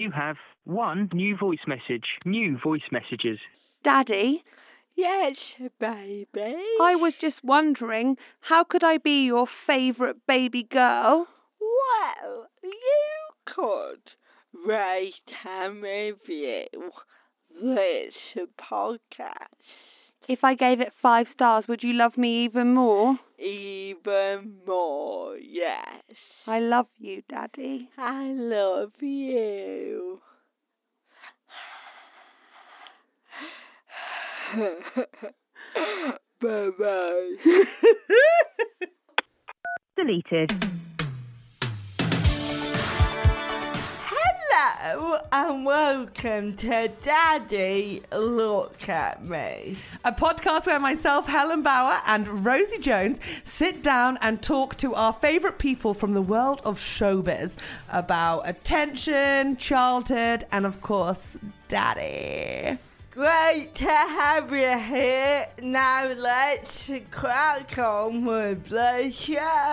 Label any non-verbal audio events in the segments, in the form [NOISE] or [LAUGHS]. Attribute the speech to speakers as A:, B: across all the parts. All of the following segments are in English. A: You have one new voice message. New voice messages.
B: Daddy,
C: Yes, baby.
B: I was just wondering, how could I be your favourite baby girl?
C: Well, Oh, you could rate and review this podcast
B: If I gave it five stars, would you love me even more?
C: even more. Yes.
B: I love you, Daddy.
C: I love [SIGHS] you. bye [LAUGHS] bye.
D: deleted.
C: Hello and welcome to Daddy Look at Me.
E: A podcast where myself, Helen Bauer, and Rosie Jones sit down and talk to our favourite people from the world of showbiz about attention, childhood, and of course, daddy.
C: Great to have you here. Now let's crack on with the show.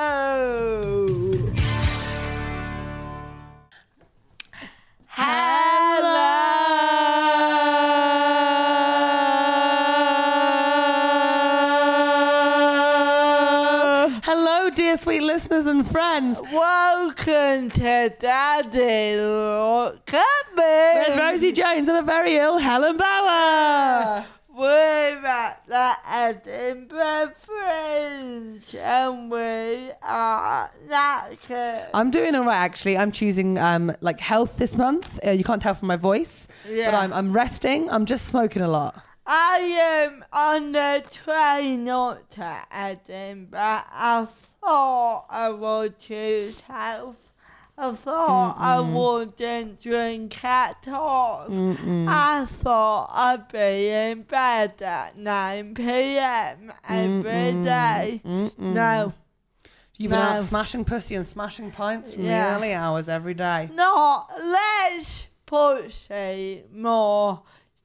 C: Hello.
E: Hello, dear sweet listeners and friends.
C: Welcome to Daddy Look at Me.
E: With Rosie Jones and a very ill Helen Bauer.
C: We're at the Edinburgh Fringe and we are knackered.
E: I'm doing all right, actually. I'm choosing um, like health this month. Uh, you can't tell from my voice,
C: Yeah.
E: but I'm, I'm resting. I'm just smoking a lot.
C: I am on the train not to Edinburgh. I thought I would choose health. I thought I wouldn't drink at all. I thought I'd be in bed at 9 p.m. every day. No,
E: You've been
C: No.
E: out smashing pussy and smashing pints from
C: Yeah.
E: the early hours every day.
C: not less pussy, more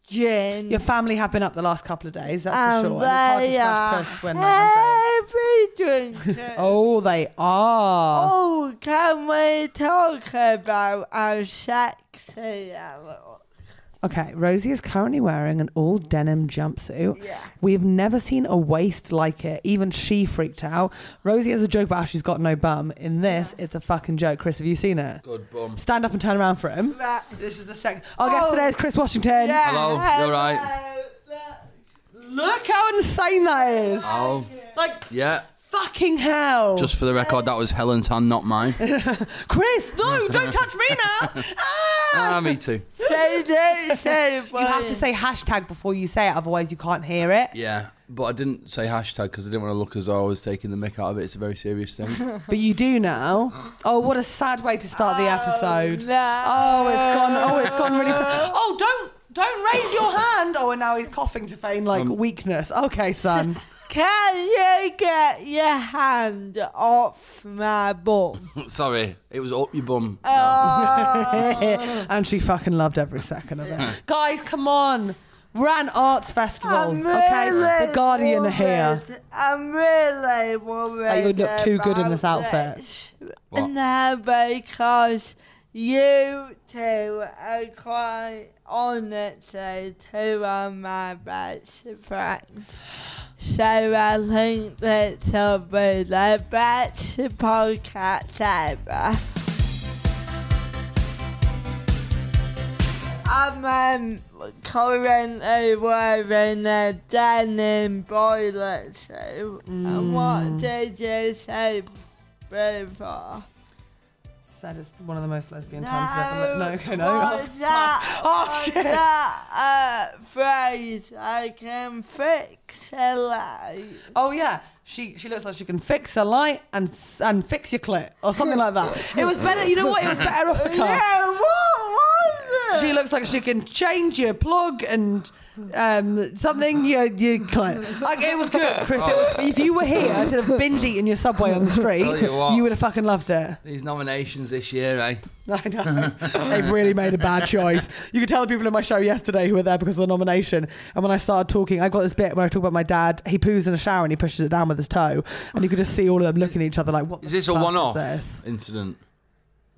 C: gin.
E: Your family have been up the last couple of days, that's for
C: And
E: sure. And it's hard to
C: they
E: smash
C: are
E: puss when like,
C: heavy drinkers.
E: [LAUGHS] Andrea- Oh, they are.
C: Oh, can we talk about how sexy I look?
E: Okay, Rosie is currently wearing an all denim jumpsuit. Yeah. We've never seen a waist like it. Even she freaked out. Rosie has a joke about how she's got no bum. In this, it's a fucking joke. Chris, have you seen it? Good bum. Stand up and turn around for him.
C: That-
E: This is the second. Our guest
C: Oh.
E: today is Chris Washington.
F: Hello, you alright?
E: Look how insane that is.
F: Oh,
E: Like,
F: yeah.
E: fucking hell.
F: Just for the record, that was Helen's hand, not mine.
E: Chris,
F: [LAUGHS]
E: no, don't touch me now. [LAUGHS] Ah!
F: ah, me too.
C: Say [LAUGHS] this, say
E: you have to say hashtag before you say it, otherwise you can't hear it.
F: Yeah, but I didn't say hashtag because I didn't want to look as though I was taking the mick out of it. It's a very
E: [LAUGHS]
F: serious thing.
E: But you do
F: [GASPS]
E: now. Oh, what a sad way to start the episode.
C: no.
E: Oh, it's gone. Oh, it's gone
C: [LAUGHS]
E: really. Sad. Oh, don't don't raise your hand. Oh, and now he's coughing to feign like weakness. Okay, son.
C: Can you get your hand off my bum?
F: Sorry, it was up your bum.
E: Uh,
C: [LAUGHS]
E: and she fucking loved every second of it. Guys, come on. We're at an arts festival.
C: I'm
E: okay,
C: really
E: the Guardian are
C: worried.
E: here.
C: I'm really worried.
E: Oh, you look too good in this
C: about
E: outfit.
C: this.
F: What?
C: No, because you two are quite honestly two of my best friends. So I think this will be the best podcast ever. I'm um, currently wearing a denim boiler suit. And what did you say before?
E: said it's one of the most lesbian times I've ever.
C: No,
E: No, okay, no. [LAUGHS] Oh,
C: was that,
E: Oh,
C: was
E: shit.
C: that uh, phrase? I can fix a light.
E: Oh yeah, she she looks like she can fix a light and s- and fix your clit or something like that. It was better, you know what? It was better off the car.
C: [LAUGHS] Yeah, what was it?
E: She looks like she can change your plug and um, something your your clit. Like, it was good, Chris. It was, if you were here instead of binge eating your subway on the street,
F: Tell you what.
E: you would have fucking loved it. [LAUGHS]
F: These nominations this year, eh?
E: I know. They've really made a bad choice. You could tell the people in my show yesterday who were there because of the nomination. And when I started talking, I got this bit where I talk about my dad. He poos in a shower and he pushes it down with his toe. And you could just see all of them looking at each other like, what
F: Is
E: the
F: this a
E: fuck
F: one-off
E: this?
F: incident?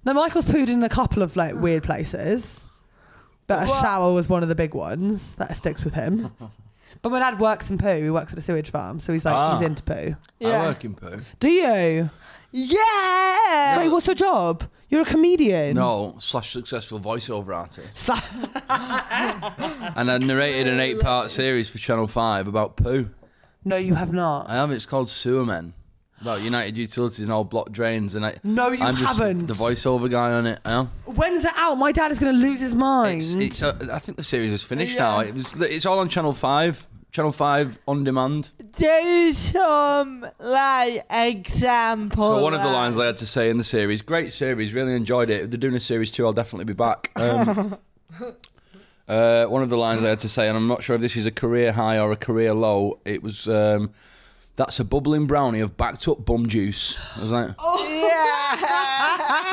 E: No, Michael's pooed in a couple of like weird places. But a shower was one of the big ones that sticks with [LAUGHS] him. But my dad works in poo. He works at a sewage farm. So he's like,
F: Ah.
E: he's into poo.
F: I
C: Yeah.
F: work in poo.
E: Do you?
C: Yeah.
E: Wait, what's your job? You're a comedian.
F: No, slash successful voiceover artist.
E: Sla-
F: [LAUGHS] And I narrated an eight-part series for Channel Five about poo.
E: no, you have not.
F: I have. It's called Sewer Men. About United Utilities and all block drains. And I
E: No, you
F: I'm just
E: haven't.
F: the voiceover guy on it. I am.
E: When's it out? My dad is going to lose his mind. [LAUGHS]
F: It's, it's, uh, I think the series is finished now.
C: Yeah.
F: It was. It's all on Channel Five. Channel Five on demand.
C: Do some like example.
F: So one of the lines I had to say in the series, great series, really enjoyed it. If they're doing a series two, I'll definitely be back. Um, uh, one of the lines I had to say, and I'm not sure if this is a career high or a career low. It was. Um, that's a bubbling brownie of backed up bum juice. I was like,
E: Oh. [LAUGHS]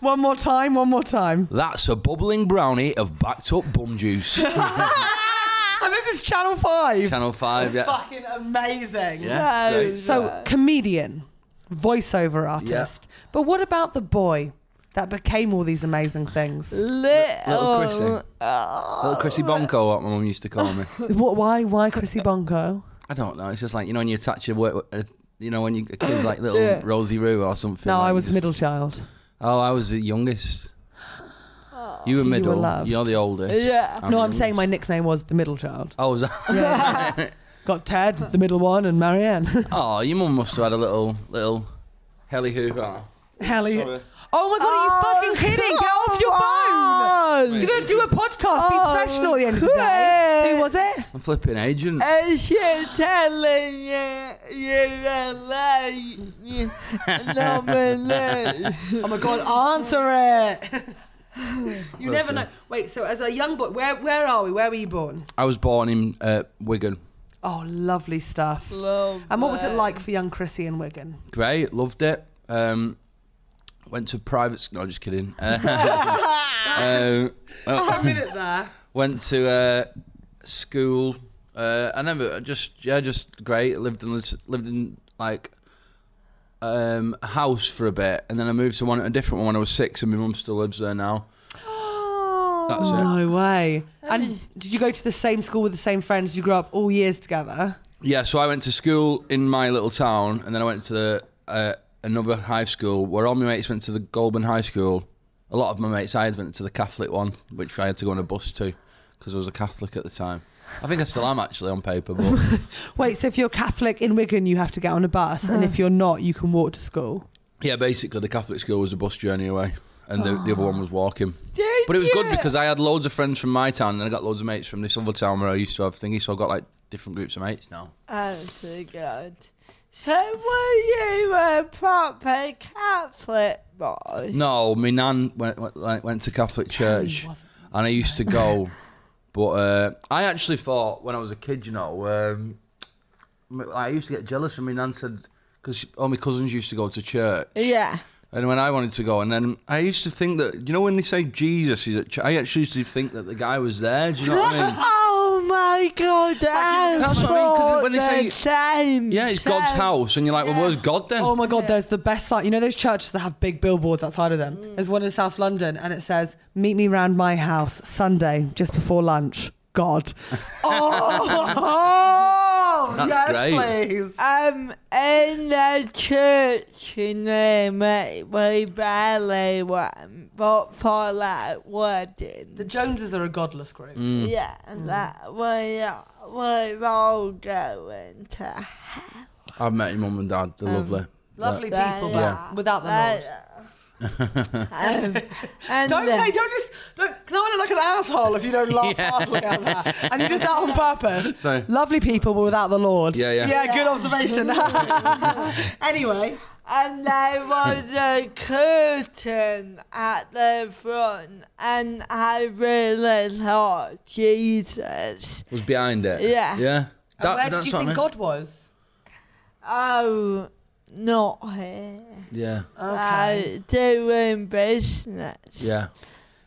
E: one more time, one more
F: [LAUGHS]
E: time.
F: that's a bubbling brownie of backed up bum juice.
E: and this is Channel 5.
F: Channel 5, yeah.
E: Fucking amazing.
F: Yeah, great.
E: So, comedian, voiceover artist. But what about the boy that became all these amazing things?
F: Little
C: little,
F: Chrissy. Little Chrissy Bonko, what my mum used to call me.
E: what, why why Chrissy Bonko?
F: I don't know. It's just like, you know, when you attach your work, uh, you know, when you a
E: [CLEARS THROAT]
F: kid's like little Rosie Roo or something.
E: No,
F: like
E: I
F: you
E: was
F: just-
E: middle child.
F: Oh, I was the youngest. You
E: Oh. So
F: were
E: you were
F: middle.
E: loved.
F: You are the oldest.
C: Yeah.
E: no, I'm
F: youngest.
E: saying my nickname was the middle child.
F: Oh, was
E: [LAUGHS]
F: that?
E: Got Ted, the middle one, and Marianne.
F: [LAUGHS]
E: [LAUGHS]
F: oh, your mum must have had a little, little helly hoo ha.
E: Hell yeah.
F: Sorry.
E: Oh my god, are you
C: Oh,
E: fucking kidding? Get
C: come
E: off your phone!
C: on.
E: You're gonna do a podcast, be
C: Oh,
E: professional at the end of the day.
C: Chris.
E: Who was it?
F: I'm flipping agent.
E: Eh,
C: And she's telling you you're a lie. you nominate.
E: Oh my god, answer it! you never know. Wait, so as a young boy, where where are we? Where were you born?
F: I was born in uh, Wigan.
E: Oh, lovely stuff. and what was it like for young Chrissy and Wigan?
F: Great, loved it. Um, went to private. s- No, just kidding. [LAUGHS] Uh, um, well,
E: minute there.
F: went to uh, school. Uh, I never I just yeah, just great. Lived in this- lived in like um, a house for a bit, and then I moved to one a different one when I was six, and my mum still lives there now.
E: Oh.
F: That's it.
E: No way. And did you go to the same school with the same friends? Did you grow up all years together?
F: Yeah, so I went to school in my little town, and then I went to the, uh, another high school where all my mates went to the Goulburn High School. A lot of my mates I had went to the Catholic one, which I had to go on a bus to because I was a Catholic at the time. I think I still am actually on
C: [LAUGHS]
F: paper, but
E: Wait, so if you're Catholic in Wigan, you have to get on a bus, and if you're not, you can walk to [LAUGHS] school.
F: Yeah, basically the Catholic school was a bus journey away, and the, the other one was walking.
C: Did
F: but it was good
C: you?
F: because I had loads of friends from my town, and I got loads of mates from this other town where I used to have thingy. So I got like different groups of mates now.
C: Answer God. So were you a proper Catholic boy?
F: No, my nan went, went like went to Catholic church,
E: wasn't.
F: and I used to go. but uh, I actually thought when I was a kid, you know, um, I used to get jealous when my nan said because all my cousins used to go to church.
C: Yeah.
F: And when I wanted to go, and then I used to think that you know when they say Jesus is at, ch- I actually used to think that the guy was there. Do you know what
E: [LAUGHS]
F: I mean?
C: Oh my God!
F: That's what I mean, 'cause when they say-
C: same,
F: Yeah, it's God's
C: same.
F: house, and you're like, well, where's God then?
E: Oh my God, there's the best site. You know those churches that have big billboards outside of them? There's one in South London and it says, Meet me round my house Sunday, just before lunch. [LAUGHS] God. oh, [LAUGHS]
F: That's
E: yes,
F: great.
E: please.
C: Um, in the church, you know, mate, we barely went, but for like wedding.
E: The Joneses are a godless group.
C: Yeah, and that we are, we're all going to hell.
F: I've met your mum and dad. They're lovely.
E: Lovely
C: Yeah.
E: people, but
C: Yeah.
E: without the Lord.
C: Um, and
G: Don't
C: then-
G: they? Don't just don't because I want to look an asshole if you don't laugh hardly at that. And you did that on purpose.
F: So-
G: Lovely people, but without the Lord.
F: Yeah, yeah.
G: Yeah, good
E: [LAUGHS]
G: observation. [LAUGHS] anyway,
C: and there was a curtain at the front, and I really thought Jesus.
F: was behind it.
C: Yeah.
F: Yeah. That,
G: where did you
F: what I
G: think
F: mean.
G: God was?
C: Oh, not here.
F: Yeah.
C: Uh, doing business.
F: Yeah.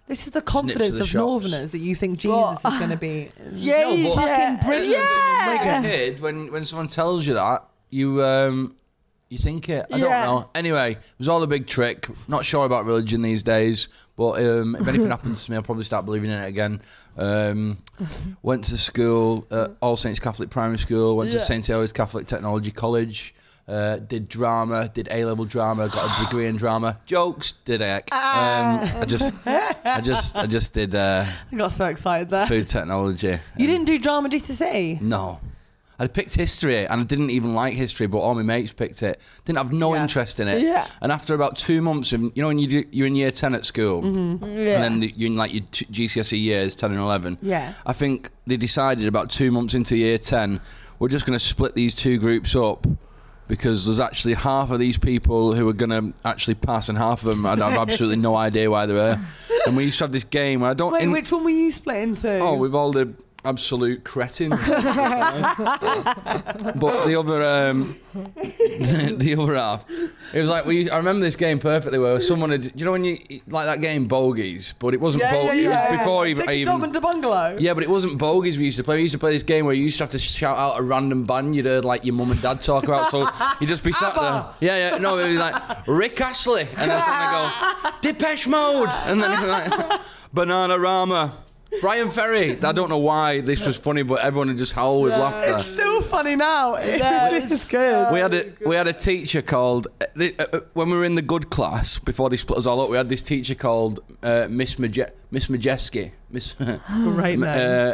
E: This is the
F: Snips of
E: confidence
F: the
E: of,
F: shops.
E: Northerners that you think Jesus
C: Well,
E: is going
G: [LAUGHS]
E: to be.
C: Jesus.
E: Fucking brilliant.
F: As a
C: Yeah.
F: kid, when when someone tells you that, you um, you think it. I
C: Yeah.
F: don't know. Anyway, it was all a big trick. Not sure about religion these days, but um,
C: [LAUGHS]
F: if anything happens to me, I'll probably start believing in it again. Um, went to school, uh, All Saints Catholic Primary School. Went to
C: Yeah.
F: Saint Helens Catholic Technology College. Uh, did drama, did A level drama, got a degree in drama. Jokes, did I?
C: Ah.
F: Um, I just, I just, I just did uh,
E: I got so excited there.
F: food technology.
E: You didn't do drama GCSE.
F: No. I picked history and I didn't even like history, but all my mates picked it. Didn't have no interest in it.
C: Yeah.
F: And after about two months of, you know, when you do, you're in year 10 at school,
E: Mm-hmm.
F: and then you're in like your t- GCSE E years, 10 and 11.
E: Yeah.
F: I think they decided about two months into year 10, we're just going to split these two groups up because there's actually half of these people who are going to actually pass, and half of
E: [LAUGHS]
F: them, I'd have absolutely no idea why they're there. And we used to have this game where I don't.
E: Wait,
F: in-
E: which one were you split into?
F: Oh, with all the
G: [LAUGHS]
F: absolute cretins. but the other, um, [LAUGHS] the other half, it was like we. I remember this game perfectly. Where someone had, you know, when you like that game bogeys, but it wasn't
G: Yeah, yeah,
F: bogeys.
G: yeah.
F: It was before even.
G: Take
F: I
G: a
F: even
G: dom into bungalow.
F: yeah, but it wasn't bogeys we used to play. We used to play this game where you used to have to shout out a random band you'd heard like your mum and dad talk about. So you'd just be sat there. Yeah, yeah. No, it was like Rick Ashley. And then someone would go, Depeche Mode. And then [LAUGHS] it'd be like, Banana Rama. Brian Ferry. I don't know why this was funny, but everyone would just howl with laughter.
G: It's still funny now. [LAUGHS]
C: That's
G: it's good.
F: We had a we had a teacher called uh, the- uh, uh, when we were in the good class before they split us all up. We had this teacher called uh, Miss Maje- Miss Majeski,
G: [LAUGHS]
F: Miss [LAUGHS]
E: Great
F: M-
E: name.
F: uh,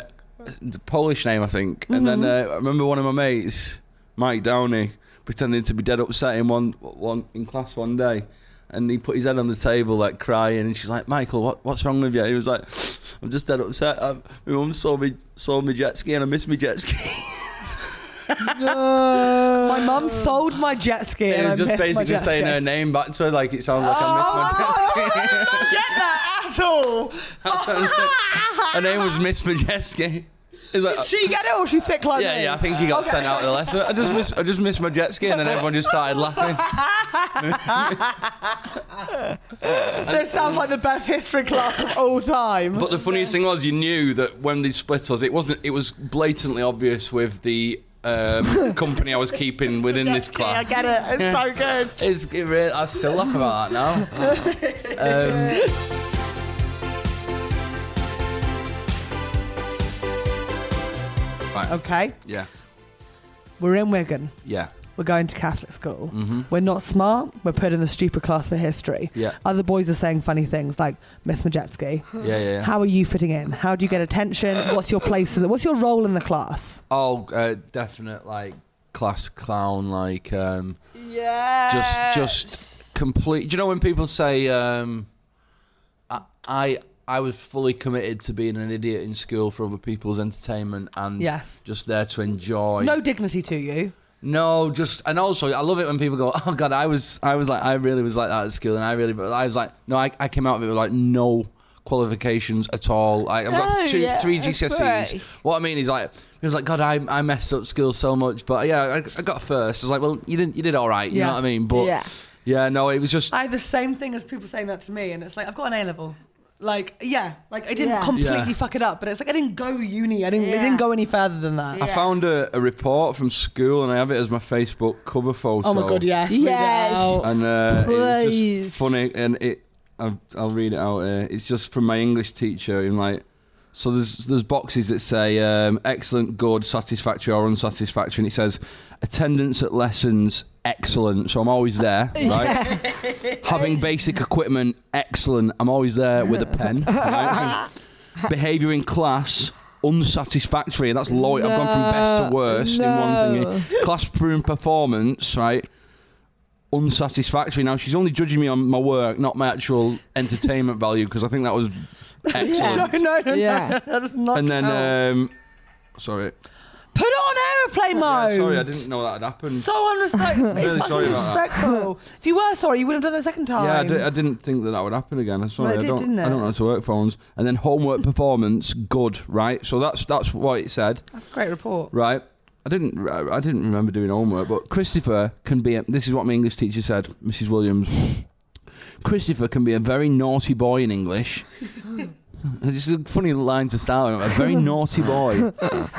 F: the Polish name I think. And then
E: Mm-hmm.
F: uh, I remember one of my mates, Mike Downey, pretending to be dead upset in one one in class one day. And he put his head on the table, like crying, and she's like, "Michael, what, what's wrong with you?" And he was like, "I'm just dead upset. i my mum saw me saw me jet ski, and I miss my jet ski." [LAUGHS]
E: my mum sold my jet ski.
F: uh, It
E: and
F: was
E: I
F: just
E: missed my
F: basically
E: jet
F: saying
G: [LAUGHS]
E: ski.
F: her name back to her, like it sounds like
G: Oh,
F: I missed my desk.
G: Get that at all.
E: Oh.
F: [LAUGHS] That's what I'm saying. her name was Miss Majeski. It's like,
G: She get it or she thick like
F: Uh, yeah,
G: me?
F: yeah, I think he got sent out of the lesson. I just miss, I just missed my jet ski, and then everyone just started laughing.
G: This sounds like the best history class of all time.
F: But the funniest thing was, you knew that when they split us, it wasn't. It was blatantly obvious with the um, company I was keeping within this
G: Jet ski, I
F: class.
G: get it. It's
F: [LAUGHS]
G: so good.
F: It's, it really, I still laugh about that now. Um,
E: Okay,
F: yeah,
E: we're in Wigan.
F: yeah.
E: We're going to Catholic school. We're not smart. We're put in the stupid class for history.
F: Mm-hmm. Yeah.
C: Um,
E: Other boys are saying funny things like, Miss Majetsky,
F: Yeah, yeah. yeah.
E: how are you fitting in? How do you get attention? What's your place? In the, what's your role in the class?
F: Oh, uh, definite like class clown, like um, just
C: Yeah.
F: just complete. Do you know when people say um, I, I I was fully committed to being an idiot in school for other people's entertainment and
E: Yes.
F: just there to enjoy.
E: No dignity to you.
F: No, just and also I love it when people go, [LAUGHS] "Oh God, I was, I was like, I really was like that at school, and I really, but I was like, no, I, I came out of it with like no qualifications at all. I, I've
C: No,
F: got two,
C: yeah,
F: three
C: that's
F: GCSEs.
C: right.
F: What I mean is like, it was like, God, I, I messed up school so much, but yeah, I, I got first. I was like, well, you didn't, you did all right, you
E: Yeah.
F: know what I mean? But yeah,
C: Yeah.
F: no, it was just
G: I have the same thing as people saying that to me, and it's like I've got an A level. Like yeah, like I didn't
C: Yeah.
G: completely
F: Yeah.
G: fuck it up, but it's like I didn't go uni. I didn't. I
C: Yeah.
G: didn't go any further than that.
F: I found a, a report from school, and I have it as my Facebook cover photo.
G: Oh my god, yes, read it
C: Yes.
G: out.
E: Oh,
F: and uh, it's
C: Please.
F: just funny and it I'll, I'll read it out here. it's just from my english teacher in like so there's there's boxes that say um, excellent good satisfactory or unsatisfactory and it says attendance at lessons excellent so i'm always there right having basic equipment excellent i'm always there with a
G: [LAUGHS]
F: pen right? behavior in class unsatisfactory and that's low i've gone from best to worst in one thing classroom performance right unsatisfactory. Now she's only judging me on my work, not my actual entertainment value, because I
G: [LAUGHS]
F: think that was excellent.
G: No, no, no, no,
E: [LAUGHS] Yeah.
G: That's not.
F: and then,
G: count.
F: um, sorry,
G: put on aeroplane mode.
F: sorry, I didn't know that had happened.
G: So unrespectful.
F: [LAUGHS] Really
G: it's fucking
F: sorry about that.
G: disrespectful. if you were sorry, you would have done it a second time.
F: yeah, I, di- I didn't think that that would happen again. I'm sorry,
G: it did,
F: I don't.
G: didn't it?
F: I don't know how to work phones. And then homework performance, good, right? So that's that's what it said.
G: That's a great report.
F: right? I didn't. I I didn't remember doing homework, but Christopher can be. A, this is what my English teacher said, Mrs. Williams. Christopher can be a very naughty boy in English. [LAUGHS] This is a funny line to start with. A very naughty boy.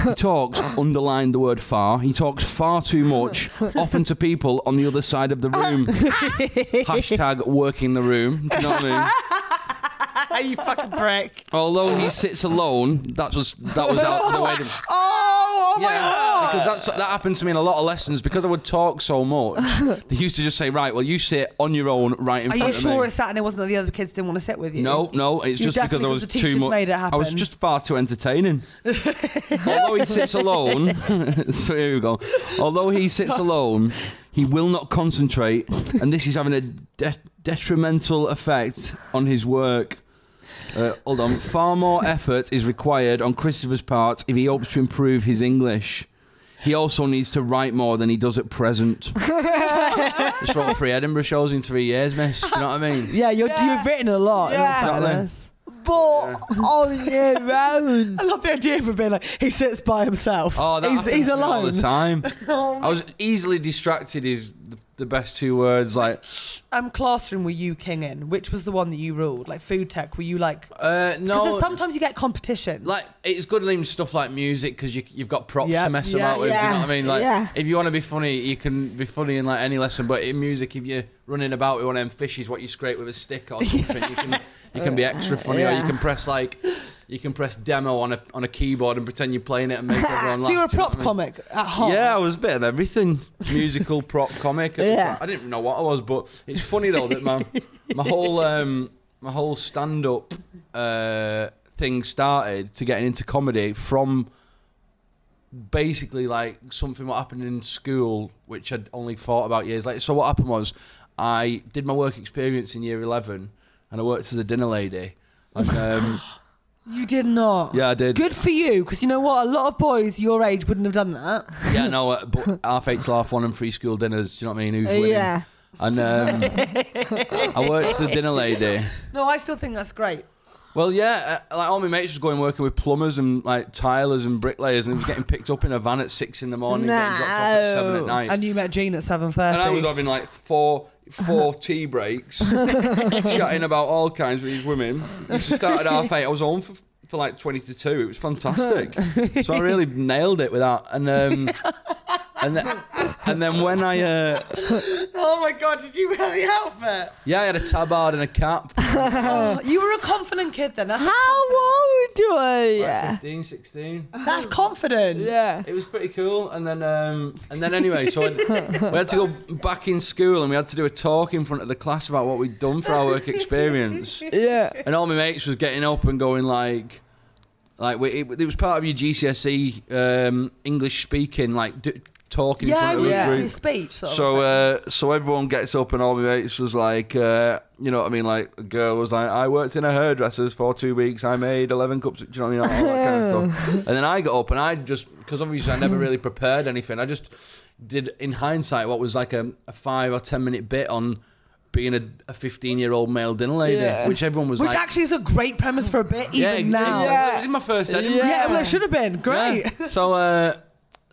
F: He talks, underline the word far. He talks far too much, often to people on the other side of the room. Hashtag working the room. Do you know what I mean?
G: you fucking prick.
F: Although he sits alone, that was that was out of the way. to-
G: Oh, oh my
F: yeah,
G: god.
F: because that's that happened to me in a lot of lessons because I would talk
E: [LAUGHS]
F: so much. they used to just say, "Right, well, you sit on your own, right in
E: Are
F: front
E: you
F: of
E: sure
F: me."
E: it's that and it wasn't that the other kids didn't want to sit with you?
F: no, no, it's
E: You
F: just because I
E: definitely
F: was
E: the
F: too
E: teachers
F: much.
E: Made it happen.
F: I was just far
E: [LAUGHS]
F: too entertaining. Although he sits alone, [LAUGHS] so here we go. Although
E: [LAUGHS]
F: he sits alone, he will not concentrate, and this is having a de- detrimental effect on his work. Uh, hold on. Far more effort is required on Christopher's part if he hopes to improve his English. He also needs to write more than he does at
E: [LAUGHS]
F: present. Just wrote three Edinburgh shows in three years, miss. Do you know what I mean?
E: Yeah, you're, you've written a lot.
G: Yeah.
E: Yeah.
C: But on your
F: [LAUGHS]
C: own.
G: I love the idea of him being like he sits by himself.
F: Oh, that
G: he's,
F: happens
G: he's
F: to me all
G: alone.
F: the time. I was easily distracted. Is the, the best two words like
E: Um, classroom were you king in? Which was the one that you ruled? Like food tech? Were you like?
F: uh,
E: Because
F: no.
E: sometimes you get competition.
F: like it's good leaving stuff like music because you, you've got props
G: Yeah,
F: to mess
G: yeah,
F: about with. Do you know
C: yeah,
F: what I mean? Like
C: yeah.
F: if you want to be funny, you can be funny in like any lesson. But in music, if you're running about with one of them fishes, what you scrape with a stick or something, you can you can be extra funny, or you
C: Yeah.
F: can press like you can press demo on a on a keyboard and pretend you're playing it and make everyone laugh.
E: so you were a
F: do you know
E: prop
F: what I mean?
E: comic at
C: Oh.
E: heart.
F: Yeah, I was a bit of everything. Musical,
C: [LAUGHS]
F: prop, comic. at the
C: Yeah.
F: time. I didn't know what I was, but it's funny though that my my whole um, my whole stand up uh, thing started to getting into comedy from basically like something what happened in school, which I'd only thought about years later. So what happened was I did my work experience in year eleven, and I worked as a dinner lady. And,
C: [LAUGHS]
F: um,
E: You did not.
F: yeah, I did.
E: Good for you, because you know what? A lot of boys your age wouldn't have done that.
F: Yeah, no, uh, but half eight till half one and free school dinners. Do you know what I mean? Who's winning?
C: Uh, Yeah.
F: And um, I worked as a dinner lady.
E: No, I still think that's great.
F: Well, yeah, uh, like all my mates was going working with plumbers and like tilers and bricklayers, and it was getting picked up in a van at six in the morning, and getting dropped off at seven at night.
E: And you met Gene at seven thirty.
F: And I was having like four
E: [LAUGHS]
F: four tea breaks, chatting about all kinds with these women. It started half eight. I was home for, for like twenty to two. It was fantastic. so I really nailed it with that. And um, and then, and then when I uh,
G: Oh my god, did you wear the outfit?
F: yeah, I had a tabard and
E: [LAUGHS]
F: a cap. Um,
E: you were a confident kid then. That's
C: How old are you?
F: Like 15, 16.
E: That's confident.
C: Yeah.
F: It was pretty cool, and then um, and then anyway, so I'd, we had to go back in school, and we had to do a talk in front of the class about what we'd done for our
E: [LAUGHS]
F: work experience.
C: Yeah.
F: and all my mates was getting up and going like like we- it, it was part of your GCSE um, English speaking like d- talking in
E: Yeah,
F: front of
E: we
F: a
E: yeah.
F: group.
E: do speech. Sort of
F: So
E: thing.
F: uh, so everyone gets up and all my mates was like, uh, you know what I mean? Like a girl was like, I worked in a hairdresser's for two weeks. I made eleven cups. Do you know what I mean? All that kind
E: [LAUGHS]
F: of stuff. And then I got up and I just because obviously I never really prepared anything. I just did in hindsight what was like a, a five or ten minute bit on being a, a fifteen year old male dinner lady,
C: Yeah.
F: which everyone was
E: which
F: like.
E: actually is a great premise for a bit, even
F: yeah,
E: now.
F: exactly.
E: Yeah,
F: It was in my first Edinburgh.
E: well, it should have been great.
F: Yeah. So, uh,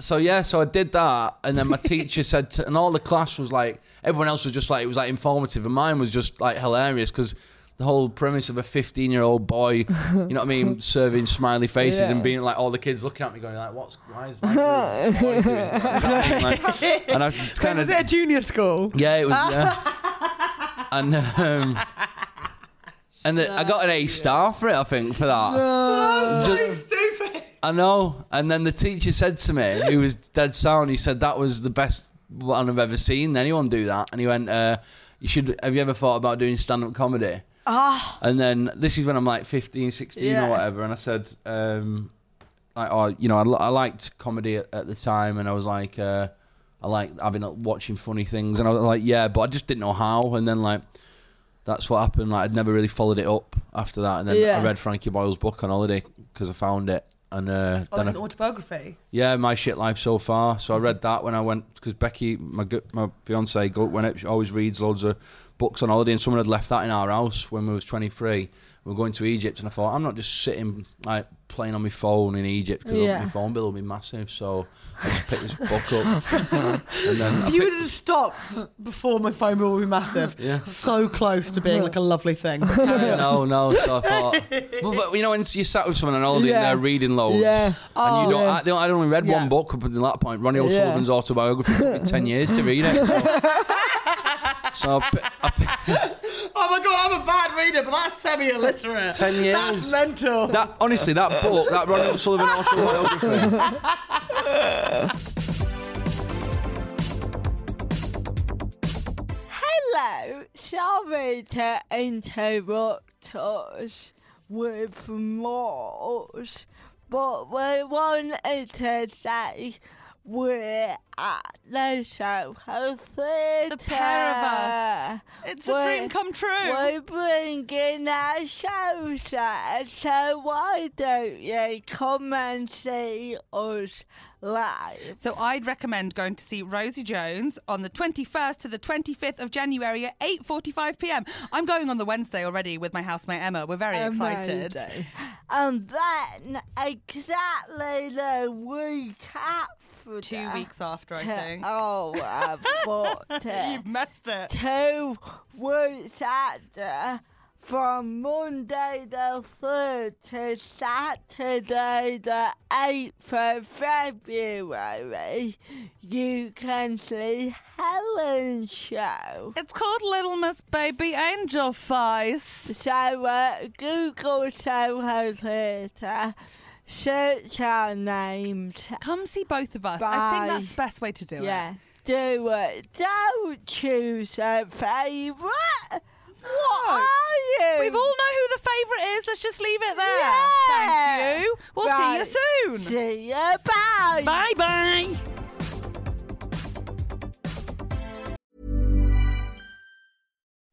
F: so yeah, so I did that, and then my teacher said, to, and all the class was like, everyone else was just like, it was like informative, and mine was just like hilarious because the whole premise of a 15 year old boy, you know what I mean, serving smiley faces and being like, all the kids looking at me going like, what's why is that boy doing? that?" Like, and I was
G: Wait,
F: kind
G: was
F: of
G: it at junior school?
F: yeah, it was. Yeah. and um, and the, I got an A star for it, I think, for that. Ju-
G: Stupid.
F: I know. And then the teacher said to me, who was dead sound, he said that was the best one I've ever seen anyone do that. And he went, uh, "You should. Have you ever thought about doing stand-up comedy?" Ah. And then this is when I'm like 15, 16
G: Yeah.
F: or whatever, and I said, um, like, oh, you know, I, li- I liked comedy at, at the time, and I was like, uh, I like having watching funny things, and I was like, yeah, but I just didn't know how. And then like that's what happened. Like I'd never really followed it up after that, and then
G: Yeah.
F: I read Frankie Boyle's book on holiday because I found it, and uh,
G: Oh,
F: then
G: an
F: I-
G: autobiography.
F: yeah, my shit life so far. So I
G: Mm-hmm.
F: read that when I went because Becky, my gu- my fiance, go when it, she always reads loads of books on holiday, and someone had left that in our house when we was twenty three. We were going to Egypt, and I thought I'm not just sitting like playing on my phone in Egypt because
G: Yeah.
F: my phone bill will be massive. So I just picked this
G: [LAUGHS]
F: book up, and then I
G: If you would have stopped before my phone bill would be massive.
F: [LAUGHS] Yeah.
G: So close to being like a lovely
F: [LAUGHS]
G: thing. But carry on.
F: no, no. So
G: [LAUGHS]
F: I thought, but, but you know, when you sat with someone on holiday
G: Yeah.
F: and they're reading loads,
G: Yeah.
F: and
G: Oh,
F: you don't,
G: yeah.
F: I, I only read
G: Yeah.
F: one book up until that point. Ronnie
G: Yeah.
F: O'Sullivan's autobiography took
G: [LAUGHS]
F: me ten years to read it. So, so I, pi- I pi- [LAUGHS]
G: Oh my god, I'm a bad reader, but that's semi-illiterate.
F: 10 years.
G: That's mental.
F: that honestly, that book, that Ronnie O'Sullivan autobiography.
C: Hello, sorry to interrupt us with Morse, but we wanted to say we're at the Soho Theatre. The
H: pair of us. It's a dream come true.
C: We're bringing our shows out, so why don't you come and see us live?
H: So I'd recommend going to see Rosie Jones on the 21st to the 25th of January at 8:45 p.m. I'm going on the Wednesday already with my housemate Emma. We're very excited.
C: Amazing. And then exactly the week after.
H: Two weeks after, I
C: Te-
H: think.
C: Oh,
H: [LAUGHS]
C: I've got it.
H: You've messed it.
C: Two weeks after, from Monday the 3rd to Saturday the 8th of February, you can see Helen's show.
H: It's called Little Miss Baby Angel Face.
C: So uh, Google Soho Theatre, search our names.
H: Come see both of us. I think that's the best way to do it.
C: Yeah, do it. Don't choose a favourite. What are you?
H: We've all know who the favourite is. Let's just leave it there. Thank you. We'll
C: Right.
H: see you soon.
C: See you. Bye.
H: Bye bye.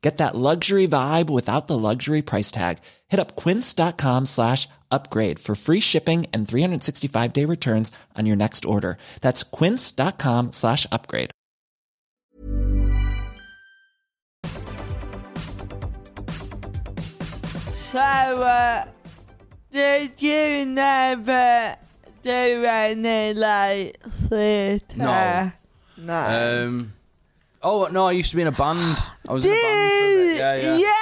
I: Get that luxury vibe without the luxury price tag. Hit up quince.com slash upgrade for free shipping and 365 day returns on your next order. That's quince.com slash upgrade.
C: So, uh, did you never do any like theatre?
F: No.
C: No.
F: Um, oh no, I used to be in a band. I was in a band.
C: Did-
F: Yeah, yeah.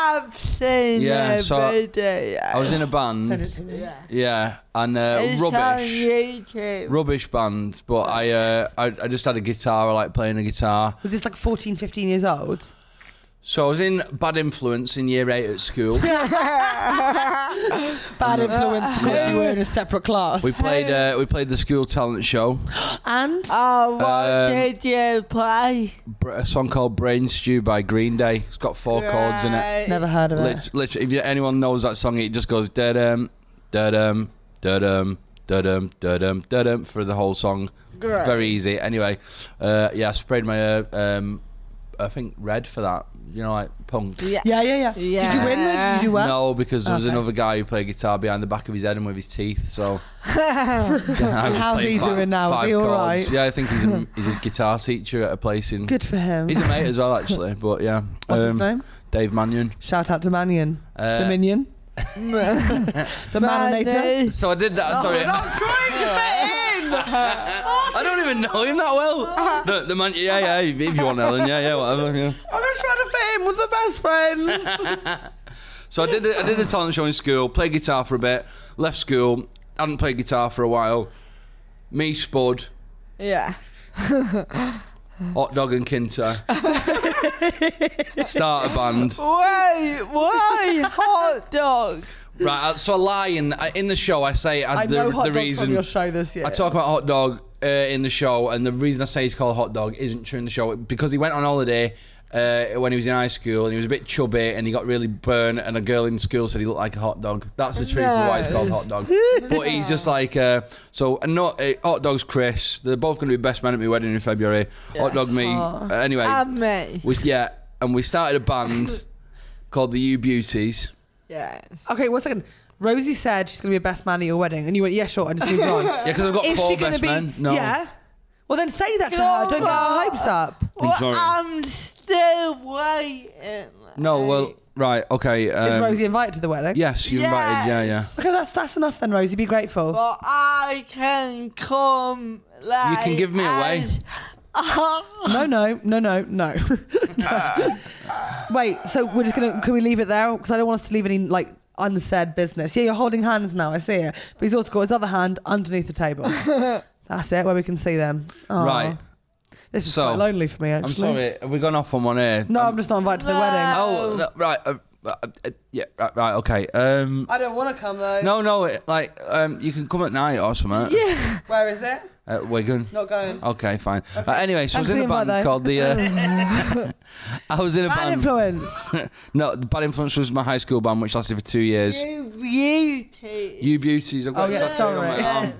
C: I've seen
F: Yeah,
C: a
F: so I-
C: video.
F: I was in a band.
C: Send it to me. Yeah.
F: Yeah, and uh,
C: It's on
F: rubbish.
C: YouTube.
F: rubbish band, but I, uh, I I just had a guitar. I like playing a guitar.
E: Was this like 14, 15 years old?
F: So I was in bad influence in year eight at school.
E: Bad
H: Uh,
E: influence because you were in a separate class.
F: we played uh, we played the school talent show.
E: And
C: oh, what
F: Um,
C: did you play?
F: Br- A song called Brain Stew by Green Day. It's got four chords in it.
E: Never heard of it.
F: Lit- literally, if you- anyone knows that song, it just goes da dum da dum da dum da dum da dum da dum for the whole song.
J: Great.
F: Very easy. Anyway, uh, yeah, I sprayed my uh, um, I think red for that. You know, like punk.
E: Yeah, yeah, yeah. Did you win? Though? Did you do well?
F: No, because there was
E: Okay.
F: another guy who played guitar behind the back of his head and with his teeth.
E: [LAUGHS]
F: So I just
E: How's
F: played
E: he
F: five-
E: doing now? Is
F: five
E: he all
F: chords.
E: right?
F: Yeah, I think
E: [LAUGHS]
F: he's a, he's a guitar teacher at a place in.
E: Good for him.
F: He's
E: [LAUGHS]
F: a mate as well, actually. But yeah, um,
E: What's his name?
F: Dave Mannion. Uh,
E: [LAUGHS] Shout out to Mannion, the minion. the Maninator.
F: So I did
E: Oh,
F: that. Sorry, [LAUGHS] I don't even know him that
E: Uh-huh.
F: well. the, the man, yeah, yeah. If you want Ellen, yeah, yeah, whatever. Yeah.
G: I'm just trying to fit in with the best friends.
F: So I did the, I did the talent show in school, played guitar for a bit, left school, hadn't played guitar for a while. Me, Spud,
C: Yeah.
F: Hot Dog and Kinter. Start a band.
C: Wait, why hot dog?
F: Right, uh, so I lie in, in the show. I say I,
G: I
F: the,
G: know hot
F: the
G: dog
F: reason.
G: from your show this year.
F: I talk about hot dog uh, in the show, and the reason I say he's called hot dog isn't true in the show because he went on holiday uh, when he was in high school and he was a bit chubby and he got really burnt, and a girl in school said he looked like a hot dog. That's the truth of why it's called
G: [LAUGHS]
F: hot dog. but he's just like uh, so. And not uh, hot dog's Chris. They're both going to be best men at my wedding in February. Hot dog me.
C: Oh.
F: Uh, anyway,
G: Um,
C: And me.
F: was yeah, and we started a
E: [LAUGHS]
F: band called the U Beauties.
C: Yeah.
E: Okay, one second. Rosie said she's going to be a best man at your wedding, and you went, "Yeah, sure," and just moved on.
F: [LAUGHS] Yeah, 'cause I've got
E: Is
F: four
E: she gonna
F: best
E: be-
F: men. No.
E: Yeah. Well, then say that to her. Don't get our hopes up.
F: I'm sorry.
C: I'm still waiting.
F: No, well, right, okay. Um,
E: Is Rosie invited to the wedding?
F: Yes, you invited. Yeah, yeah.
E: Okay, that's that's enough then, Rosie. Be grateful.
C: But I can come
F: You
C: like
F: can give me away.
E: no, Oh, no, no, no, no. [LAUGHS] Wait, so we're just gonna can we leave it there? Because I don't want us to leave any like unsaid business. Yeah, you're holding hands now. I see it. But he's also got his other hand underneath the [LAUGHS] table. That's it, where we can see them. Aw.
F: Right.
E: This is
F: So-
E: quite lonely for me. Actually,
F: I'm sorry. Have we gone off on one here?
E: No, I'm just not invited to the wedding.
F: Oh, no, right. Uh, uh, uh, yeah, right, right, okay. Um,
E: I don't want to come though.
F: no, no, it, like, um, you can come at night or something.
E: Yeah. Where is it?
F: At Wigan.
E: Not going.
F: Okay, fine. Uh, anyway, so
E: Thanks
F: I was in a
E: for the invite,
F: band
E: though.
F: called the. Uh,
E: [LAUGHS]
F: [LAUGHS] I was in a
E: Bad
F: band.
E: Influence.
F: no, the Bad Influence was my high school band, which lasted for two years.
C: You beauty.
F: You beauties. I've got
E: Oh
F: a
E: yeah,
F: tattoo on my
E: sorry.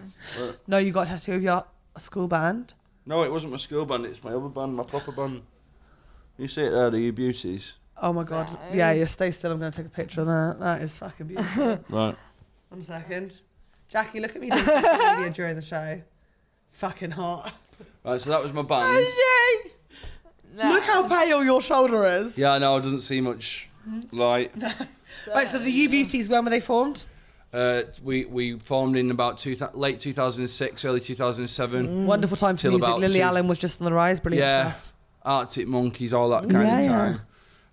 F: arm.
E: no, you got a tattoo of your school band.
F: No, it wasn't my school band. It's my other band, my proper band. You see it there, the You Beauties.
E: Oh my god.
C: Nice.
E: Yeah, yeah. Stay still. I'm gonna take a picture of that. That is fucking [LAUGHS] beautiful.
F: Right.
E: One second. Jackie, look at me doing social
F: [LAUGHS]
E: media during the show. Fucking hot.
F: Right, so that was my band.
E: Oh, Look how pale your shoulder is.
F: Yeah, I know. It doesn't see much
E: Mm-hmm.
F: light.
E: Right, so the U Beauties, when were they formed?
F: Uh, we we formed in about two thou- late 2006, early 2007.
E: Wonderful time for
F: Till
E: music.
F: about
E: Lily
F: two-
E: Allen was just on the rise. Brilliant
F: yeah,
E: Mm. stuff.
F: Arctic Monkeys, all that kind
E: Yeah,
F: of
E: yeah.
F: time.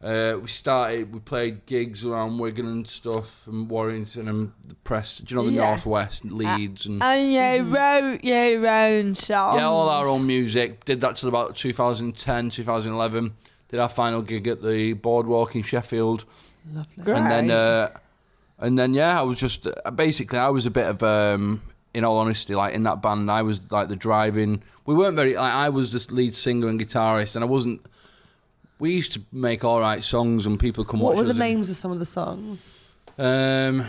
F: Uh, we started. We played gigs around Wigan and stuff, and Warrington and the press. Do you know the
C: Yeah.
F: Northwest,
E: Uh,
F: Leeds, and
C: And you wrote your own song.
F: Yeah, all
E: Um,
F: our own music. Did that till about 2010, 2011. Did our final gig at the Boardwalk in Sheffield. Lovely. And then,
C: Great.
F: uh, and then yeah, I was just uh, basically I was a bit of, um, in all honesty, like in that band, I was like the driving. We weren't very. Like, I was just lead singer and guitarist, and I wasn't. We used to make all right songs, and people come
E: What
F: watch
E: were
F: us
E: the
F: and-
E: names of some of the songs?
F: um,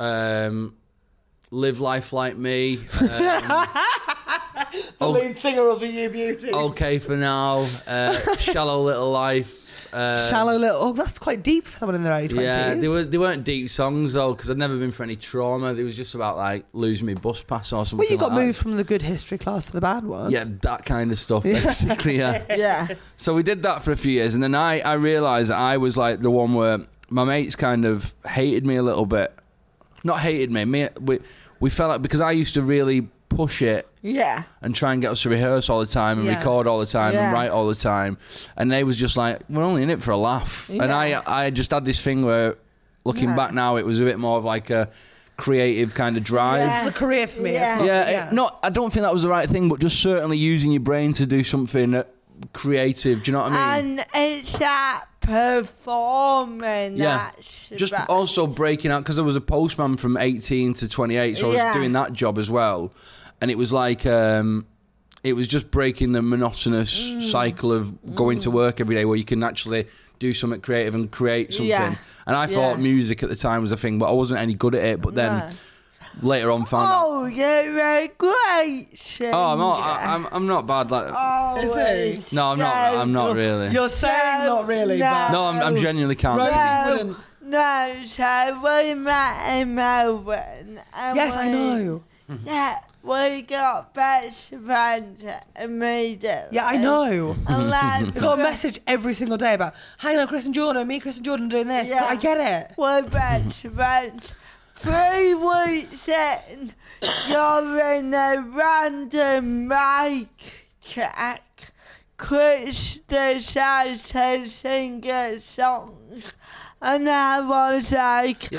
F: um, live life
E: [LAUGHS]
F: like me. Um,
G: the lead singer of the Year Beauty.
F: okay for now.
E: [LAUGHS]
F: Uh, shallow little life. Uh,
E: Shallow Little. Oh, that's quite deep for someone in their early 20s.
F: Yeah, they were they weren't deep songs though because I'd never been for any trauma. It was just about like losing my bus pass or something.
E: Well, you got
F: like
E: moved from the good history class to the bad one.
F: That. Yeah, that kind of stuff basically. Yeah.
E: [LAUGHS]
C: Yeah.
F: So we did that for a few years, and then I, I realised that I was like the one where my mates kind of hated me a little bit. Not hated me. Me we we fell out because I used to really push it
C: Yeah.
F: and try and get us to rehearse all the time and
C: Yeah.
F: record all the time
C: Yeah.
F: and write all the time. And they was just like, we're only in it for a laugh. And
C: Yeah.
F: I I just had this thing where, looking
E: Yeah.
F: back now, it was a bit more of like a creative kind of drive.
E: This is a career for me. it's
F: Yeah,
E: not-
F: it- not. I don't think that was the right thing, but just certainly using your brain to do something uh, creative. Do you know what I mean?
C: And it's that performing.
F: yeah,
C: That's
F: just
C: right.
F: also breaking out because I was a postman from 18 to 28, so I was
C: Yeah.
F: doing that job as well, and it was like um, it was just breaking the monotonous
C: Mm.
F: cycle of going to work every day, where you can actually do something creative and create something.
C: Yeah.
F: And I
C: Yeah.
F: thought music at the time was a thing, but I wasn't any good at it. But then later on, found out.
C: Oh, you're a great singer.
F: Oh, I'm not. I, I'm, I'm not bad. Like,
C: Oh,
G: Is he?
C: it's
F: no, I'm not.
C: so
F: I'm not
C: good.
F: really.
G: You're saying not really,
C: No.
G: but
F: no, I'm, I'm genuinely can't.
G: Rosie
C: No.
G: wouldn't.
C: No, so we met in Melbourne. and
E: Yes, I
C: we-
E: know.
C: Yeah, we got best friends immediately.
E: Yeah, I know.
C: And
E: I
F: [LAUGHS]
C: then
E: got a message every single day about, hang on, Chris and Jordan, me, Chris and Jordan doing this.
C: Yeah.
E: I get it.
C: We're best friends. Three weeks in, you're in a random mic check. Chris decides to sing a song. And I was like,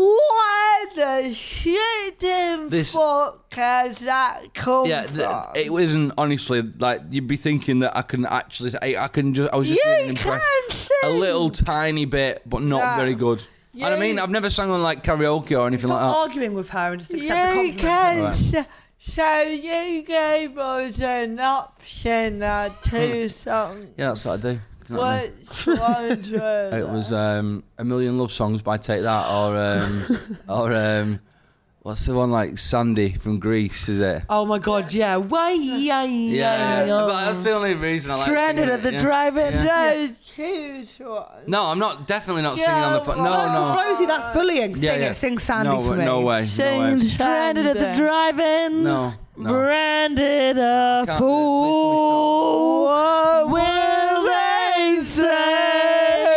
C: what the shit in
F: This-
C: fuck has that
E: Oh,
C: come
F: Yeah,
C: from?
F: th- it wasn't honestly like you'd be thinking that I can actually. I, I can just. I was just
C: You
F: doing an impre- a little tiny bit, but not
E: No.
F: very good. And I mean, I've never sung on like karaoke or anything like uh,
E: Stop
F: that.
E: arguing with her and just accept the
C: You
E: compliment.
C: can
F: Right.
C: s- so you gave us an option of two songs.
F: Yeah, that's what I do. Do you know what I mean?
C: Which one do
F: It was um, a million love songs by Take That,
E: [LAUGHS]
F: or um, or um, what's the one like Sandy from Greece? Is it?
E: Oh my god, yeah. Why, yeah,
F: Yeah, yeah. But that's the only reason I like
E: Stranded
F: singing
E: at
F: it,
E: the
F: yeah.
E: drive-in.
F: Yeah.
C: So huge one.
F: No, I'm not. Definitely not singing on the. Po- no, no.
E: Rosie, that's bullying. Sing
F: Yeah, yeah.
E: it. Sing Sandy
F: No
E: for
F: way-
E: me.
F: no way, no Sing way.
E: Stranded at the
J: Sandy.
E: drive-in.
F: No, no.
J: Branded a
F: can't do it. Please, can we stop?
J: fool. Will they say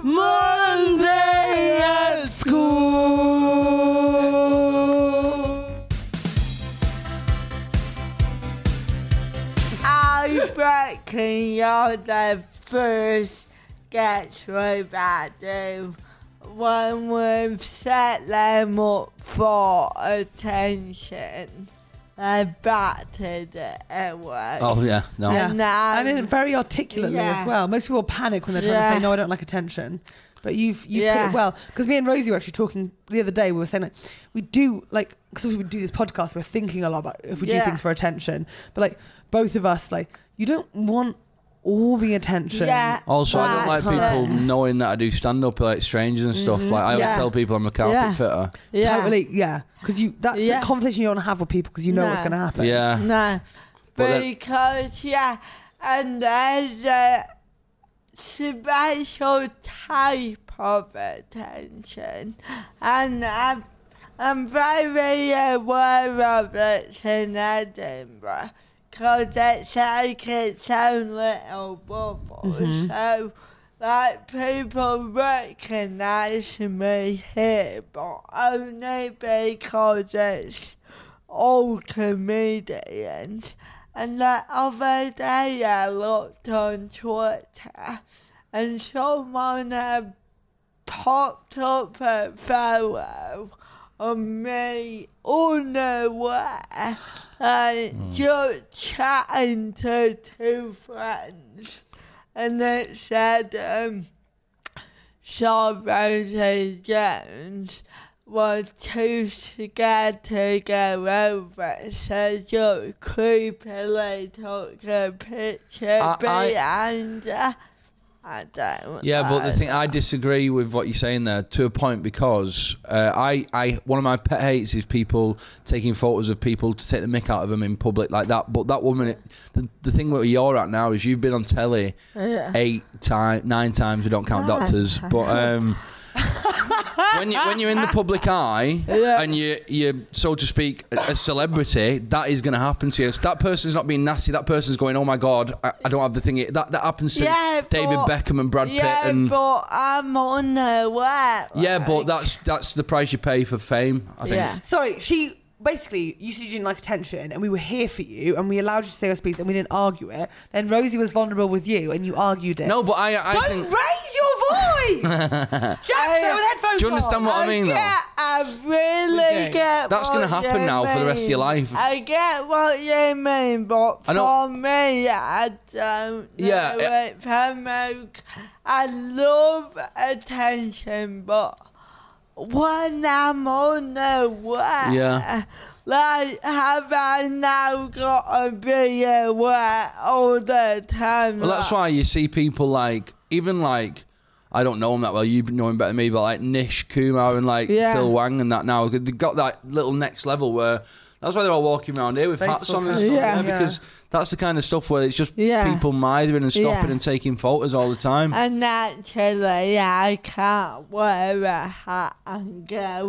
J: Monday at school?
C: I reckon you're the first get through I do when we've set them up for attention. They battered it at work.
F: Oh, yeah, no.
E: Yeah.
C: And, um,
E: And in very articulately
C: yeah.
E: as well. Most people panic when they're trying to
C: Yeah.
E: say, no, I don't like attention. But you've, you've put
C: Yeah.
E: it well. Because me and Rosie were actually talking the other day. We were saying, like, we do, like, because we do this podcast, we're thinking a lot about if we do
C: Yeah.
E: things for attention. But, like, both of us, like, you don't want all the attention.
C: Yeah.
F: Also, I don't like
E: That's
F: people
E: right.
F: knowing that I do stand up, like strangers and stuff.
E: Mhm.
F: Like I always
E: Yeah.
F: tell people I'm a carpet
E: Yeah.
F: fitter.
E: Yeah. Totally, yeah. Because you that's
C: Yeah.
E: the conversation you want to have with people because you know
C: No.
E: what's going to happen.
F: Yeah.
C: No.
F: But then-
C: because yeah, and there's a special type of attention, and um, I'm, I'm very aware of it in Edinburgh because it's like its own little bubble.
K: Mhm.
C: So like people recognize me here, but only because it's all comedians. And the other day I looked on Twitter and someone had popped up a photo of me unaware, like
F: Hmm.
C: just chatting to two friends. And it said, um, Shaw Rosie Jones was too scared to go over, so you creepily took a picture
F: I- I-
C: behind her. I don't
F: Yeah, but the
C: like
F: thing I disagree with what you're saying there to a point because uh, I, I, one of my pet hates is people taking photos of people to take the mick out of them in public like that. But that woman, it, the, the thing where you're at now is you've been on telly
C: Yeah.
F: eight times, nine times. We don't count
E: Ah.
C: Nine
F: doctors,
E: [LAUGHS]
F: but um, when you when
C: [LAUGHS]
F: you're in the public eye and you you're so to speak a a celebrity, that is going to happen to you. So that person's not being nasty. That person's going, oh my god, I, I don't have the thing. That that happens to David
C: but-
F: Beckham and Brad
C: yeah,
F: Pitt and.
C: but I'm unaware.
F: Yeah, but that's that's the price you pay for fame. I think.
E: Sorry, she basically you said you didn't like attention, and we were here for you, and we allowed you to say your piece, and we didn't argue it. Then Rosie was vulnerable with you, and you argued it.
F: No, but I, I
E: don't
F: think.
E: raise your voice.
F: [LAUGHS]
E: Jack's there with headphones.
F: Do you understand what I mean, though?
C: Yeah, I really
F: do.
C: get
F: That's
C: going
F: gonna
C: to
F: happen now for the rest of your life.
C: I get what you mean, but
F: I know-
C: for me, I don't know
F: Yeah, eh.
C: it. For me, I love attention, but when I'm on the way,
F: Yeah.
C: like, have I now got to be aware all the time?
F: Well, that's
C: like,
F: why you see people like even like I don't know him that well. You know him better than me, but like Nish Kumar and like
C: Yeah.
F: Phil Wang and that now they got that little next level where. That's why they're all walking around here with hats
J: Facebook
F: on and
J: ads.
F: stuff, you
J: Yeah.
F: know, because that's the kind of stuff where it's just
C: Yeah.
F: people mithering and stopping
C: Yeah.
F: and taking photos all the time.
C: And naturally, I can't wear a hat and go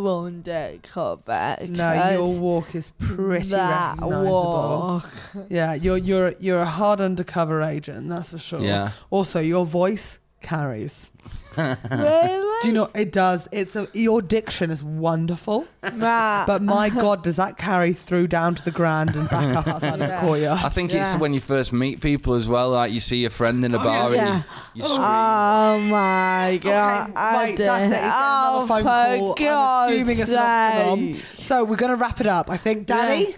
C: undercover.
E: No, your walk is pretty
C: that
E: recognisable.
C: walk.
E: Yeah, you're you're you're a hard undercover agent, that's for sure.
F: Yeah.
E: Also, your voice
F: [LAUGHS]
E: carries.
F: Really?
E: Do you know it does? It's a, your diction is wonderful, [LAUGHS]
C: Right.
E: but my god, does that carry through down to the grand and back up outside the courtyard?
F: I think it's when you first meet people as well. Like you see a friend in a bar and you, you
C: Oh my god! I
E: Wait, that's it.
C: did-
E: He's getting
C: oh,
E: another phone call.
C: for God's
E: I'm assuming it's an
C: sake.
E: Amsterdam. So we're going to wrap it up. I think, Danny.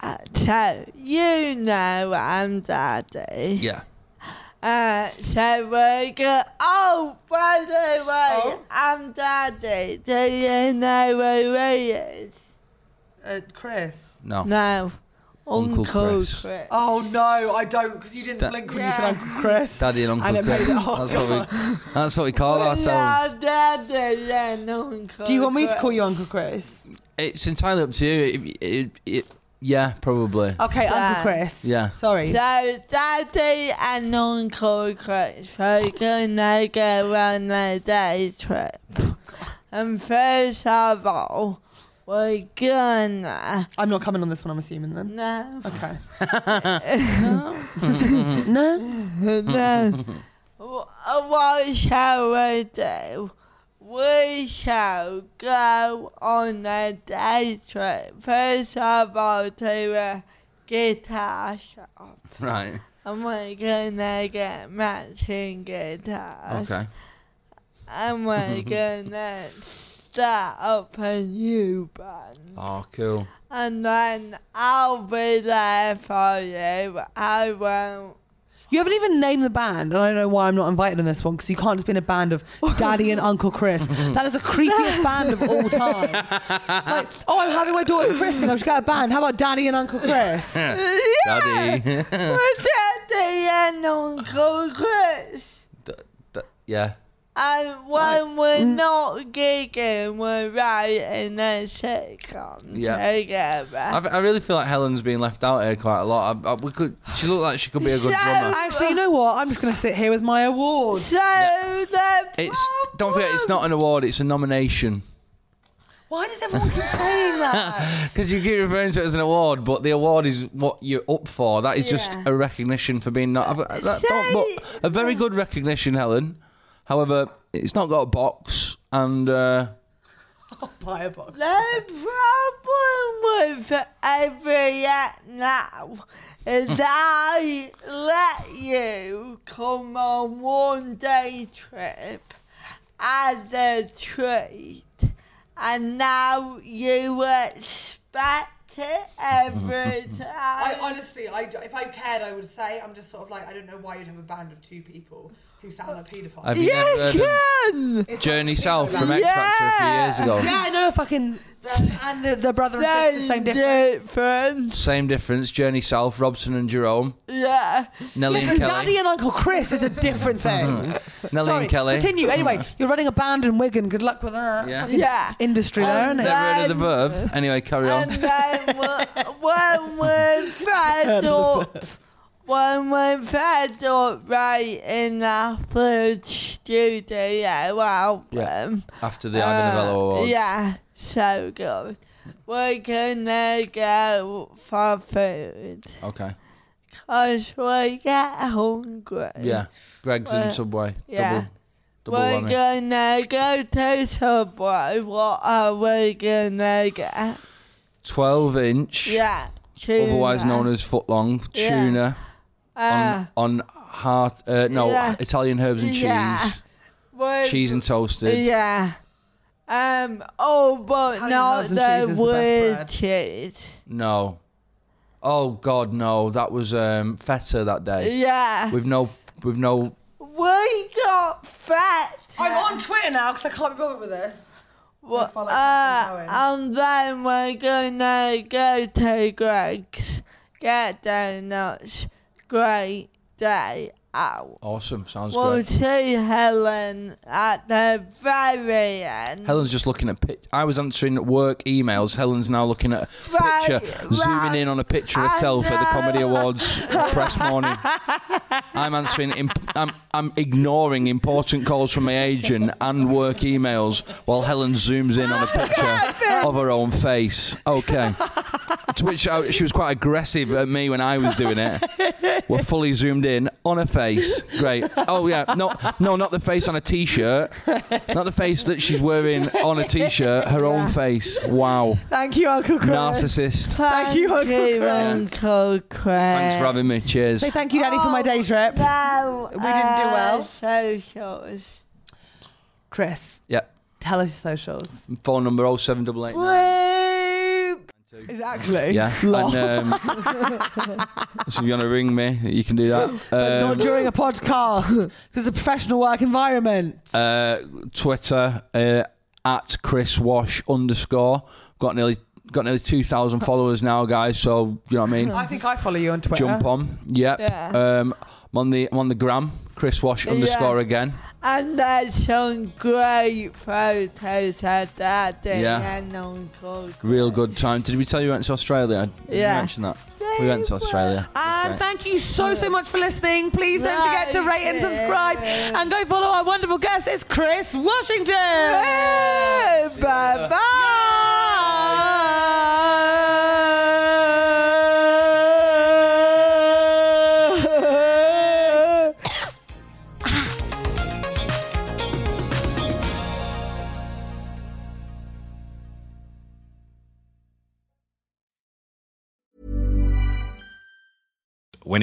C: Uh, so you know I'm daddy.
F: Yeah.
C: Uh, so we're go- Oh, by the way,
E: Oh.
C: I'm daddy. Do you know who he is?
E: Uh, Chris.
F: No.
C: No.
F: Uncle Chris.
E: Oh no, I don't because you didn't
F: That-
E: blink when you said Uncle Chris.
F: Daddy and Uncle
E: And it made
F: Chris.
E: it- oh,
F: that's, what we, that's what we call ourselves.
C: No, daddy and Uncle
E: Do you want me to
C: Chris.
E: call you Uncle Chris?
F: It's entirely up to you. It, it, it, yeah, probably.
E: Okay, Uncle
C: Dad.
E: Chris.
F: Yeah.
E: Sorry.
C: So daddy and Uncle Chris are gonna go on a day trip. And first of all, we're gonna. uh,
E: I'm not coming on this one, I'm assuming then.
C: No.
E: [LAUGHS] Okay. [LAUGHS]
C: no. no. Wh- What shall we do? We shall go on a day trip. First of all, to a guitar shop.
F: Right.
C: And we're gonna get matching guitars.
F: Okay.
C: And we're
F: [LAUGHS]
C: gonna start up a new band.
F: Oh, cool.
C: And then I'll be there for you. I won't.
E: You haven't even named the band, and I don't know why I'm not invited in this one because you can't just be in a
G: [LAUGHS]
E: band of Daddy and Uncle Chris. That is the creepiest band of all time. Like, oh, I'm having my daughter's christening. I should get a band. How about Daddy and Uncle Chris?
F: Daddy.
C: With Daddy and Uncle Chris.
F: [LAUGHS] D- d- yeah.
C: And when we're
F: Mm.
C: not gigging, we're writing a sitcom
F: Yeah.
C: together.
F: I, I really feel like Helen's being left out here quite a lot. I, I, we could. She looked like she could be a good drummer.
E: Actually, you know what? I'm just going to sit here with my
G: [LAUGHS]
E: award.
C: So the
F: It's don't forget it's not an award, it's a nomination.
E: Why does everyone keep
C: [LAUGHS]
E: saying that?
F: Because you keep referring to it as an award, but the award is what you're up for. That is just a recognition for being not. That, don't, but a very good recognition, Helen. However, it's not got a box, and uh,
E: Buy a box.
C: The problem with every act now is I let you come on one day trip as a treat, and now you expect it every time.
G: I honestly, I, d- if I cared, I would say I'm just sort of like I don't know why you'd have a band of two people who sound like paedophiles.
F: Have you never heard of Journey South from X Factor a few years ago.
E: Yeah, I know. Fucking and the, the brother and sister, same difference.
C: Difference.
F: Same difference. Journey South, Robson and Jerome,
C: Yeah.
F: Nelly
E: Yeah,
F: and
E: but
F: Kelly.
E: Daddy and Uncle Chris is a
G: [LAUGHS]
E: different thing.
F: Nelly
E: Sorry,
F: and Kelly.
E: Continue. Anyway, you're running a band in Wigan. Good luck with that.
F: Yeah.
E: Fucking
C: Yeah.
E: Industry
G: Uh,
E: there, isn't it?
F: Never heard of the verb. Anyway, carry on.
C: then wh- when
F: [LAUGHS]
C: we're fed up, when we're fed up right in our third studio album,
F: Yeah. After the Ivanovello Awards.
C: uh, yeah, so good. We're gonna go for food
F: Okay.
C: because we get hungry.
F: Yeah. Greg's
C: Well,
F: and Subway.
C: yeah.
F: Double.
C: We're
F: Double
C: gonna
F: whammy.
C: go to Subway. What are we gonna get?
F: 12 inch,
C: Yeah.
F: otherwise
C: tuna.
F: known as footlong,
C: Yeah.
F: tuna
C: Uh,
F: on heart, uh, no,
C: Yeah.
F: Italian herbs and cheese,
C: Yeah. Well,
F: cheese and toasted.
C: Yeah. Um. Oh, but not
F: herbs and cheese
C: the
F: is the
C: wood
F: best
C: cheese.
F: No. Oh, God, no. That was um, feta that day.
C: Yeah.
F: With no, with no,
C: We got fat.
G: I'm on Twitter now because I can't be bothered with this.
C: What?
G: felt like
C: Uh, and then we're gonna go to Greg's, get donuts, great day, out.
F: Awesome. Sounds
C: we'll
F: great.
C: see Helen at the very end.
F: Helen's just looking at pic. I was answering work emails. Helen's now looking at a
C: Right,
F: picture, zooming in on a picture of herself at the Comedy Awards press morning. I'm answering. Imp- I'm I'm ignoring important calls from my agent and work emails while Helen zooms in on a picture of her own face. Okay. To which I, she was quite aggressive at me when I was doing it. We're fully zoomed in on her face. Great. Oh yeah, no, no, not the face on a t-shirt, not the face that she's wearing on a t-shirt. Her own face. Wow.
E: Thank you, Uncle Chris.
F: Narcissist.
E: Thank you, Uncle Chris.
C: Uncle
F: Thanks for having me. Cheers.
E: Say thank you, Daddy, for my day trip.
C: Oh,
G: Oh.
C: No, uh,
E: we didn't do well.
C: Socials.
L: Chris,
F: Yeah.
L: tell us your socials.
F: Phone number 07889.
E: Is it [LAUGHS] actually?
F: Yeah.
E: Lol.
F: And,
E: [LAUGHS]
F: um, so if you want to ring me, you can do that.
E: But
F: Um,
L: Not during
G: [LAUGHS]
L: a podcast. This is a professional work environment.
F: Uh, Twitter uh, at Chris Wash underscore. Got nearly got nearly two
E: [LAUGHS]
F: thousand followers now, guys. So you know what I mean.
E: I think I follow you on Twitter.
F: Jump on, yep.
E: Yeah.
F: Um, I'm on the I'm on the gram, Chris Wash underscore again.
C: And there's some great photos of Daddy
F: Yeah.
C: and Uncle.
F: Real good time. Did we tell you we went to Australia? Did
C: Yeah.
F: We mention that. We went to Australia.
E: And thank you so, so much for listening. Please don't forget to rate and subscribe and go follow our wonderful guest. It's Chris Washington.
C: Bye bye.
I: when